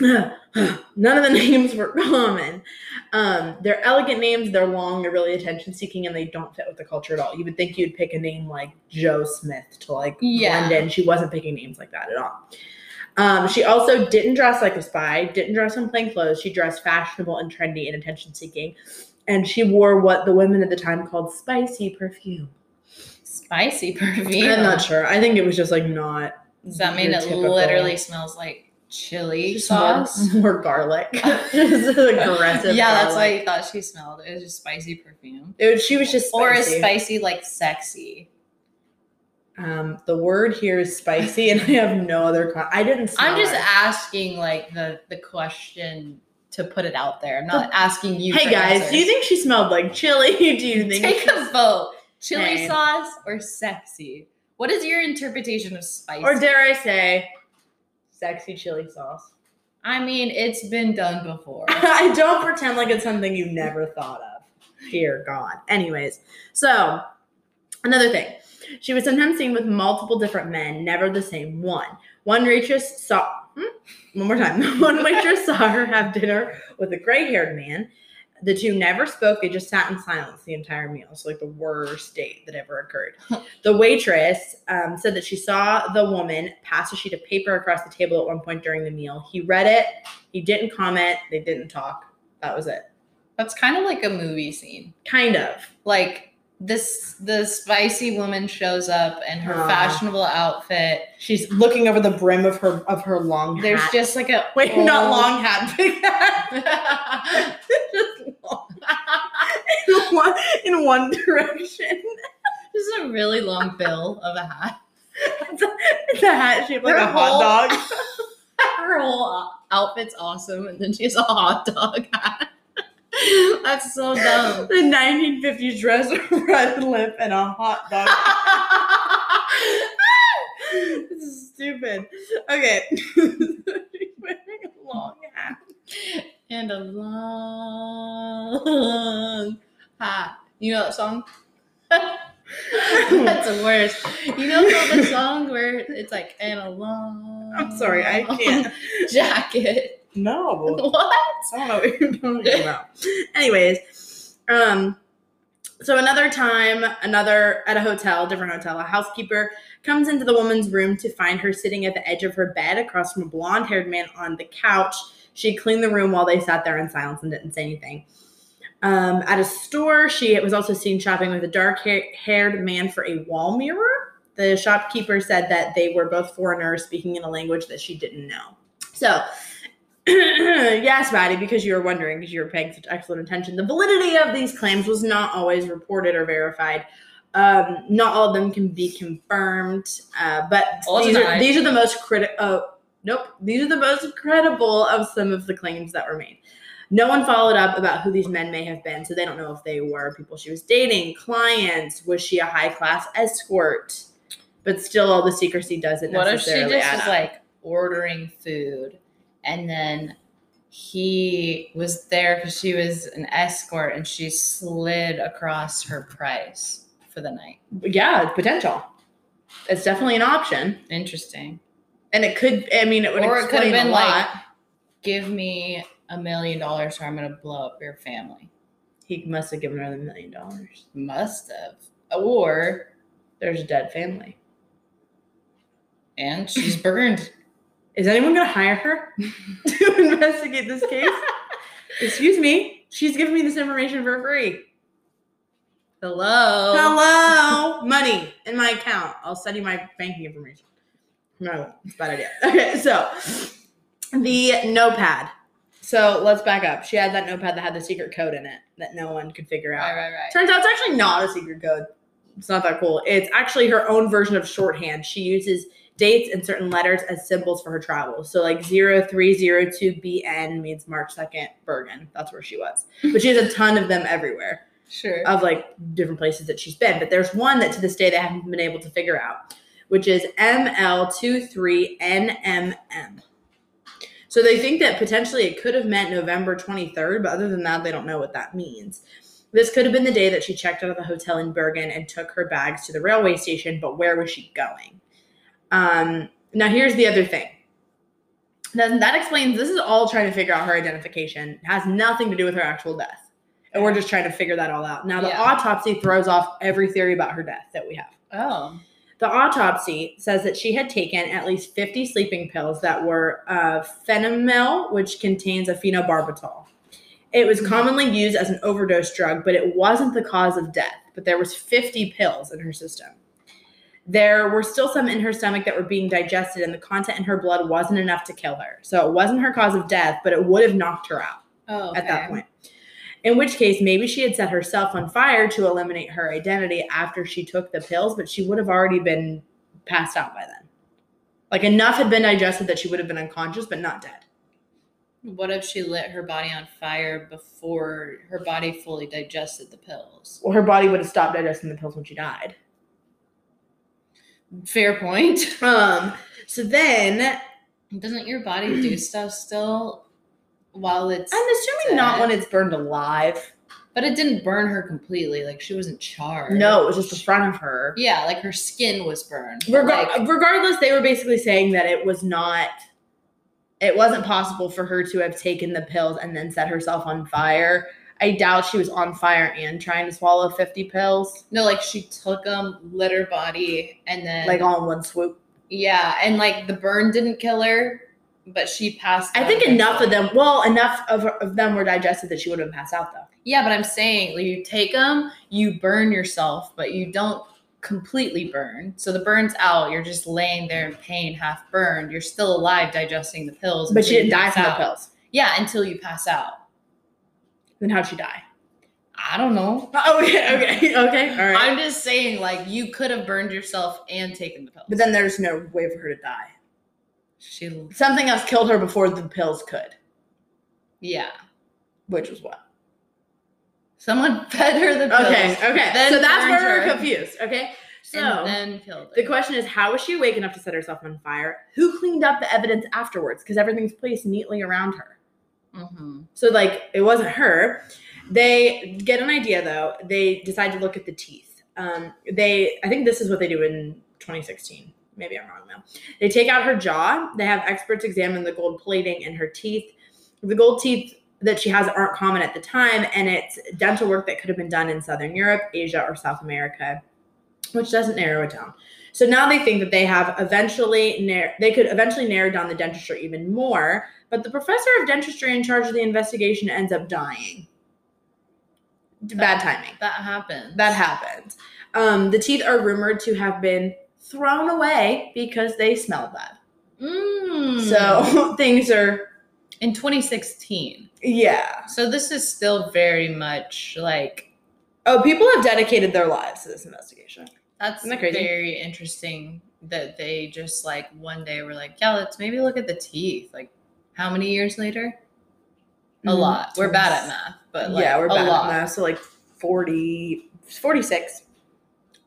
now? None of the names were common. Um, they're elegant names. They're long. They're really attention seeking, and they don't fit with the culture at all. You would think you'd pick a name like Joe Smith to like Yeah. blend in. She wasn't picking names like that at all. Um, she also didn't dress like a spy. Didn't dress in plain clothes. She dressed fashionable and trendy and attention seeking, and she wore what the women at the time called spicy perfume. Spicy perfume. I'm not sure. I think it was just like not Does that mean your it typical- literally smells like chili just sauce? More, more garlic. just aggressive. yeah, that's why garlic. you thought she smelled. It was just spicy perfume. It was- she was just spicy. Or is spicy like sexy? Um, the word here is spicy, and I have no other. Con- I didn't. Smell I'm just it. asking like the the question to put it out there. I'm not asking you. Hey for guys, answers. do you think she smelled like chili? Do you think? take a vote? Chili Hey. sauce or sexy? What is your interpretation of spicy? or dare I say, sexy chili sauce? I mean, it's been done before. I don't pretend like it's something you never thought of. Dear God. Anyways, so another thing. She was sometimes seen with multiple different men, never the same one. One waitress saw, hmm? one more time, one waitress saw her have dinner with a gray haired man. The two never spoke, they just sat in silence the entire meal. So, like the worst date that ever occurred. The waitress um, said that she saw the woman pass a sheet of paper across the table at one point during the meal. He read it, he didn't comment. They didn't talk. That was it. That's kind of like a movie scene. Kind of. Like this, the spicy woman shows up in her Aw. fashionable outfit. She's looking over the brim of her of her long There's hat. just like a Wait, not old- long hat, big hat. just long hat. in one in one direction. Just a really long bill of a hat. It's a, it's a hat shaped like Her a hot dog. Her whole outfit's awesome, and then she has a hot dog hat. That's so dumb. The 1950s dress, red lip, and a hot dog. this is stupid. Okay. wearing a long hat. and a long hat. You know that song? That's the worst. You know the song where it's like and a long. I'm sorry, I can't. Jacket. No. What? I don't know what you're talking about. Anyways, um, so another time, another at a hotel, different hotel, a housekeeper comes into the woman's room to find her sitting at the edge of her bed across from a blonde haired man on the couch. She cleaned the room while they sat there in silence and didn't say anything. Um, at a store, she was also seen shopping with a dark haired man for a wall mirror. The shopkeeper said that they were both foreigners speaking in a language that she didn't know. So, yes, Maddie, because you were wondering, because you were paying such excellent attention, the validity of these claims was not always reported or verified. Um, not all of them can be confirmed, uh, but All these are, denied. these are the most critical. Uh, nope, these are the most credible of some of the claims that were made. No one followed up about who these men may have been, so they don't know if they were people she was dating, clients, was she a high class escort? But still, all the secrecy doesn't What if she necessarily just add was up. like ordering food and then he was there because she was an escort and she slid across her price for the night. yeah, it's potential. It's definitely an option, Interesting. and it could. I mean, it would. Or it could have explain a been like, lot. give me a million dollars or I'm going to blow up your family. he must have given her the million dollars. Must have. Or, There's a dead family. and she's burned. Is anyone going to hire her to investigate this case? Excuse me. She's giving me this information for free. Hello. Hello, money in my account. I'll send you my banking information. No, it's a bad idea. Okay, so the notepad. So let's back up. She had that notepad that had the secret code in it that no one could figure out. Right, right, right. Turns out it's actually not a secret code. It's not that cool. It's actually her own version of shorthand. She uses dates and certain letters as symbols for her travels. So like 0302BN means March 2nd, Bergen. That's where she was. But she has a ton of them everywhere Sure. of like different places that she's been. But there's one that to this day they haven't been able to figure out, which is ML23NMM. So they think that potentially it could have meant November 23rd, but other than that, they don't know what that means. This could have been the day that she checked out of the hotel in Bergen and took her bags to the railway station, but where was she going? Um, now, here's the other thing. Now, that explains this is all trying to figure out her identification, It has nothing to do with her actual death. And we're just trying to figure that all out. Now, the Yeah. autopsy throws off every theory about her death that we have. oh. The autopsy says that she had taken at least 50 sleeping pills that were uh, phenomel, which contains a phenobarbital. It was commonly used as an overdose drug, but it wasn't the cause of death. But there was 50 pills in her system. There were still some in her stomach that were being digested, and the content in her blood wasn't enough to kill her. So it wasn't her cause of death, but it would have knocked her out Oh, at that okay. point. In which case, maybe she had set herself on fire to eliminate her identity after she took the pills, but she would have already been passed out by then. Like enough had been digested that she would have been unconscious, but not dead. What if she lit her body on fire before her body fully digested the pills? Well, her body would have stopped digesting the pills when she died. Fair point. Um. So then, Doesn't your body do stuff still while it's. I'm assuming not when it's burned alive. but it didn't burn her completely. Like she wasn't charred. No, it was just the front of her. Yeah, like her skin was burned. but, Regar- like, regardless, they were basically saying that it was not, it wasn't possible for her to have taken the pills and then set herself on fire. I doubt she was on fire and trying to swallow 50 pills, no, like she took them, lit her body, and then like all in one swoop. yeah, and like the burn didn't kill her, but she passed. I out think herself. enough of them, well, enough of, of them were digested that she would have passed out though. Yeah, but I'm saying like, you take them, you burn yourself, but you don't completely burn. So the burn's out. You're just laying there in pain, half burned. You're still alive, digesting the pills. But until she didn't you die pass from the out. pills. Yeah, until you pass out. Then how'd she die? I don't know. Oh, okay, okay, okay, all right. I'm just saying, like you could have burned yourself and taken the pills. but then there's no way for her to die. she, Something else killed her before the pills could, yeah, which was what? someone fed her the pills. Okay, okay. then so that's burned where we're her. confused. Okay. So and then killed her. the question is, how was she awake enough to set herself on fire? Who cleaned up the evidence afterwards? Because everything's placed neatly around her. hmm So like it wasn't her. They get an idea though. They decide to look at the teeth. Um, they I think this is what they do in 2016. Maybe I'm wrong though. They take out her jaw. They have experts examine the gold plating in her teeth. The gold teeth that she has aren't common at the time, and it's dental work that could have been done in Southern Europe, Asia, or South America, which doesn't narrow it down. So now they think that they have eventually nar- they could eventually narrow down the dentistry even more but the professor of dentistry in charge of the investigation ends up dying. D- Bad timing. That happened. That happened. Um, the teeth are rumored to have been thrown away because they smell bad. Mm. So things are, in 2016. yeah. So this is still very much like Oh, people have dedicated their lives to this investigation. that's Isn't that crazy? very interesting that they just like one day were like, yeah, let's maybe look at the teeth. Like how many years later? A Mhm. lot. We're bad at math, but like, yeah, we're a bad lot. at math. So like 40, 46.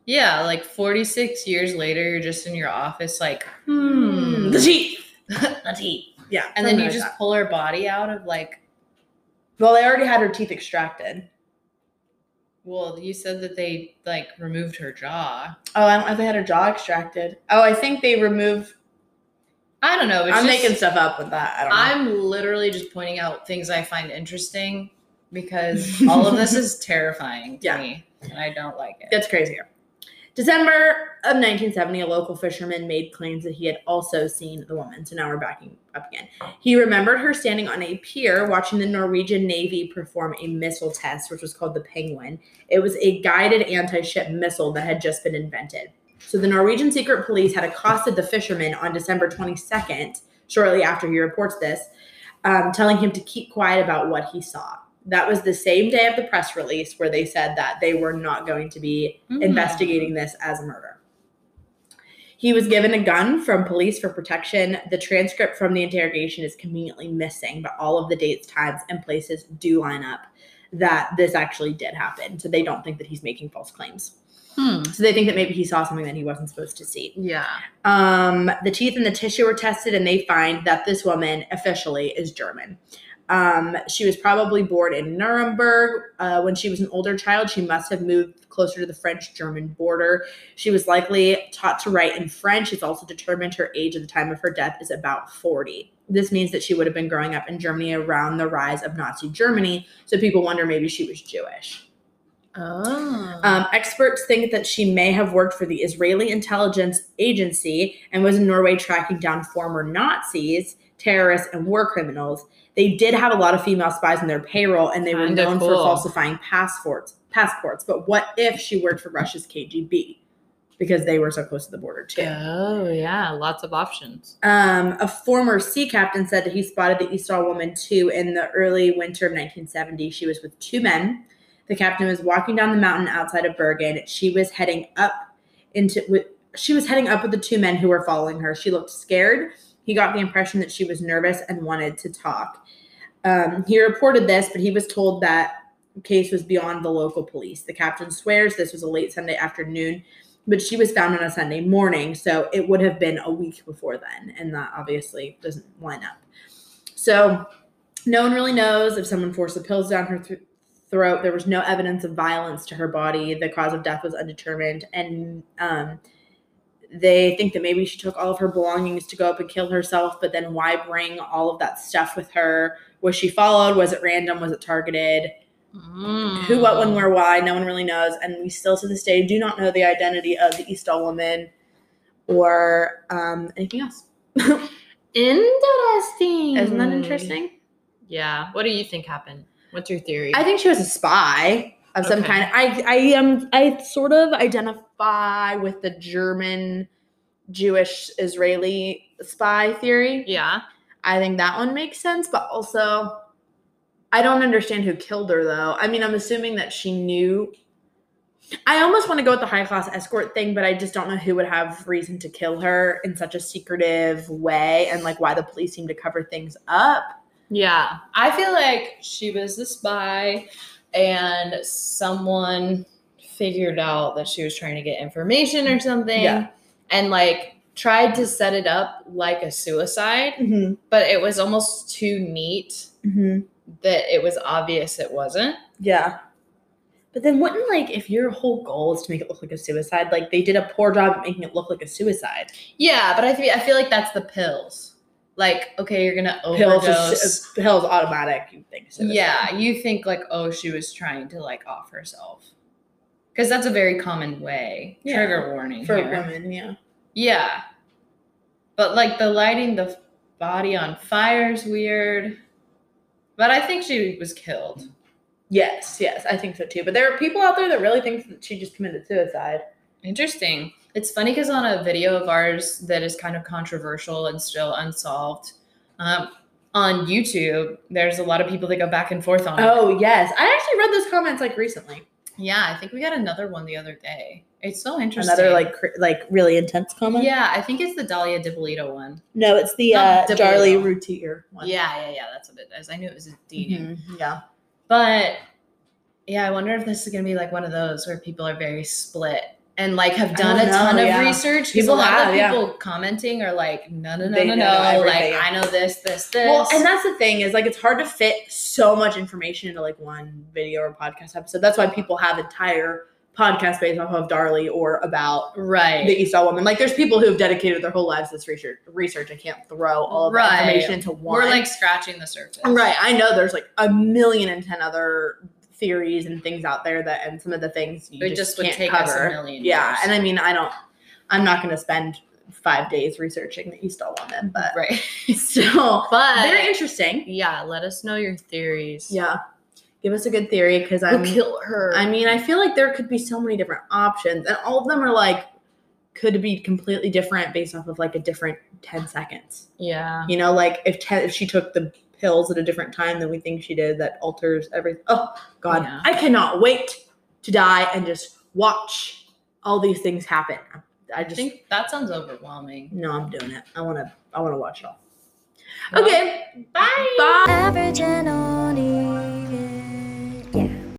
Yeah, like 46 years later, you're just in your office like, hmm, The teeth. the teeth. Yeah. And then something you like just that. pull her body out of like Well, they already had her teeth extracted. Well, you said that they like removed her jaw. Oh, I don't know if they had her jaw extracted. Oh, I think they remove. I don't know. It's I'm just- making stuff up with that. I don't know. I'm literally just pointing out things I find interesting because all of this is terrifying to Yeah. me, and I don't like it. That's crazy. December of 1970, a local fisherman made claims that he had also seen the woman. So now we're backing up again. He remembered her standing on a pier watching the Norwegian Navy perform a missile test, which was called the Penguin. It was a guided anti ship missile that had just been invented. So the Norwegian secret police had accosted the fisherman on December 22nd, shortly after he reports this, um, telling him to keep quiet about what he saw. That was the same day of the press release where they said that they were not going to be Hmm. investigating this as a murder. He was given a gun from police for protection. The transcript from the interrogation is conveniently missing, but all of the dates, times, and places do line up that this actually did happen. So they don't think that he's making false claims. Hmm. So they think that maybe he saw something that he wasn't supposed to see. Yeah. Um, the teeth and the tissue were tested, and they find that this woman officially is German. Um, she was probably born in Nuremberg. Uh, when she was an older child, she must have moved closer to the French German border. She was likely taught to write in French. It's also determined her age at the time of her death is about 40. This means that she would have been growing up in Germany around the rise of Nazi Germany. So people wonder maybe she was Jewish. Oh. Um, experts think that she may have worked for the Israeli intelligence agency and was in Norway tracking down former Nazis, terrorists, and war criminals. They did have a lot of female spies in their payroll, and they were Kinda known for cool. falsifying passports. Passports, but what if she worked for Russia's KGB because they were so close to the border too? oh yeah, lots of options. Um, a former sea captain said that he spotted the Esau woman too in the early winter of 1970. She was with two men. The captain was walking down the mountain outside of Bergen. She was heading up into with she was heading up with the two men who were following her. She looked scared. He got the impression that she was nervous and wanted to talk. Um, he reported this, but he was told that case was beyond the local police. The captain swears this was a late Sunday afternoon, but she was found on a Sunday morning, so it would have been a week before then, and that obviously doesn't line up. So no one really knows if someone forced the pills down her th- throat. There was no evidence of violence to her body. The cause of death was undetermined, and um, they think that maybe she took all of her belongings to go up and kill herself. But then why bring all of that stuff with her? Was she followed? Was it random? Was it targeted? Who, what, Mm. when, where, why? No one really knows, and we still to this day do not know the identity of the Eastall woman or um, anything else. Hmm. Interesting. Isn't that interesting? Yeah. What do you think happened? What's your theory? I think she was a spy of some Okay. kind. I I am I sort of identify with the German Jewish Israeli spy theory. yeah. I think that one makes sense, but also I don't understand who killed her though. I mean, I'm assuming that she knew I almost want to go with the high class escort thing, but I just don't know who would have reason to kill her in such a secretive way and like why the police seem to cover things up. Yeah. I feel like she was the spy and someone figured out that she was trying to get information or something Yeah. and like tried to set it up like a suicide, but it was almost too neat Mm-hmm. that it was obvious it wasn't. Yeah. But then wouldn't like if your whole goal is to make it look like a suicide, like they did a poor job at making it look like a suicide. Yeah, but I feel I feel like that's the pills. Like, okay, you're gonna Pills, is- overdose. is- pills automatic, you think. Suicide. yeah, you think like, oh, she was trying to like off herself, because that's a very common way. Yeah. Trigger warning For here. women, yeah. Yeah, but like the lighting the body on fire is weird. But I think she was killed. Yes, yes, I think so too. But there are people out there that really think that she just committed suicide. Interesting. It's funny because on a video of ours that is kind of controversial and still unsolved, um, on YouTube, there's a lot of people that go back and forth on it. Oh yes, I actually read those comments like recently. Yeah, I think we got another one the other day. It's so interesting. Another like cr- like really intense comment. yeah, I think it's the Dahlia DiPolito one. No, it's the uh, Not debatable. Darley Routier one. Yeah, yeah, yeah. That's what it is. I knew it was a D name. Mhm, yeah. But yeah, I wonder if this is gonna be like one of those where people are very split and like have don't done a ton know, of yeah. research. 'cause People a lot have, of yeah. people commenting are like, no, no, no, They no, know no. Like everything. I know this, this, this. Well, and that's the thing is like it's hard to fit so much information into like one video or podcast episode. That's why people have entire podcasts based off of Darley or about right. the Esau woman. Like there's people who've dedicated their whole lives to this research. Research. I can't throw all of that Right. information into one. We're like scratching the surface. right. I know there's like a million and ten other theories and things out there that, and some of the things you It just would can't take cover. us a million. Yeah, years. and I mean, I don't. I'm not going to spend five days researching the Esau woman, but right. still very But interesting. yeah, let us know your theories. Yeah, give us a good theory because I'm. Who killed her? I mean, I feel like there could be so many different options, and all of them are like could be completely different based off of like a different ten seconds. yeah. You know, like if ten, if she took the pills at a different time than we think she did, that alters everything. Oh God, Yeah. I cannot wait to die and just watch all these things happen. I I just think that sounds overwhelming. no, I'm doing it. I want to. I want to watch it all. Well, Okay, Bye. bye. Average and only.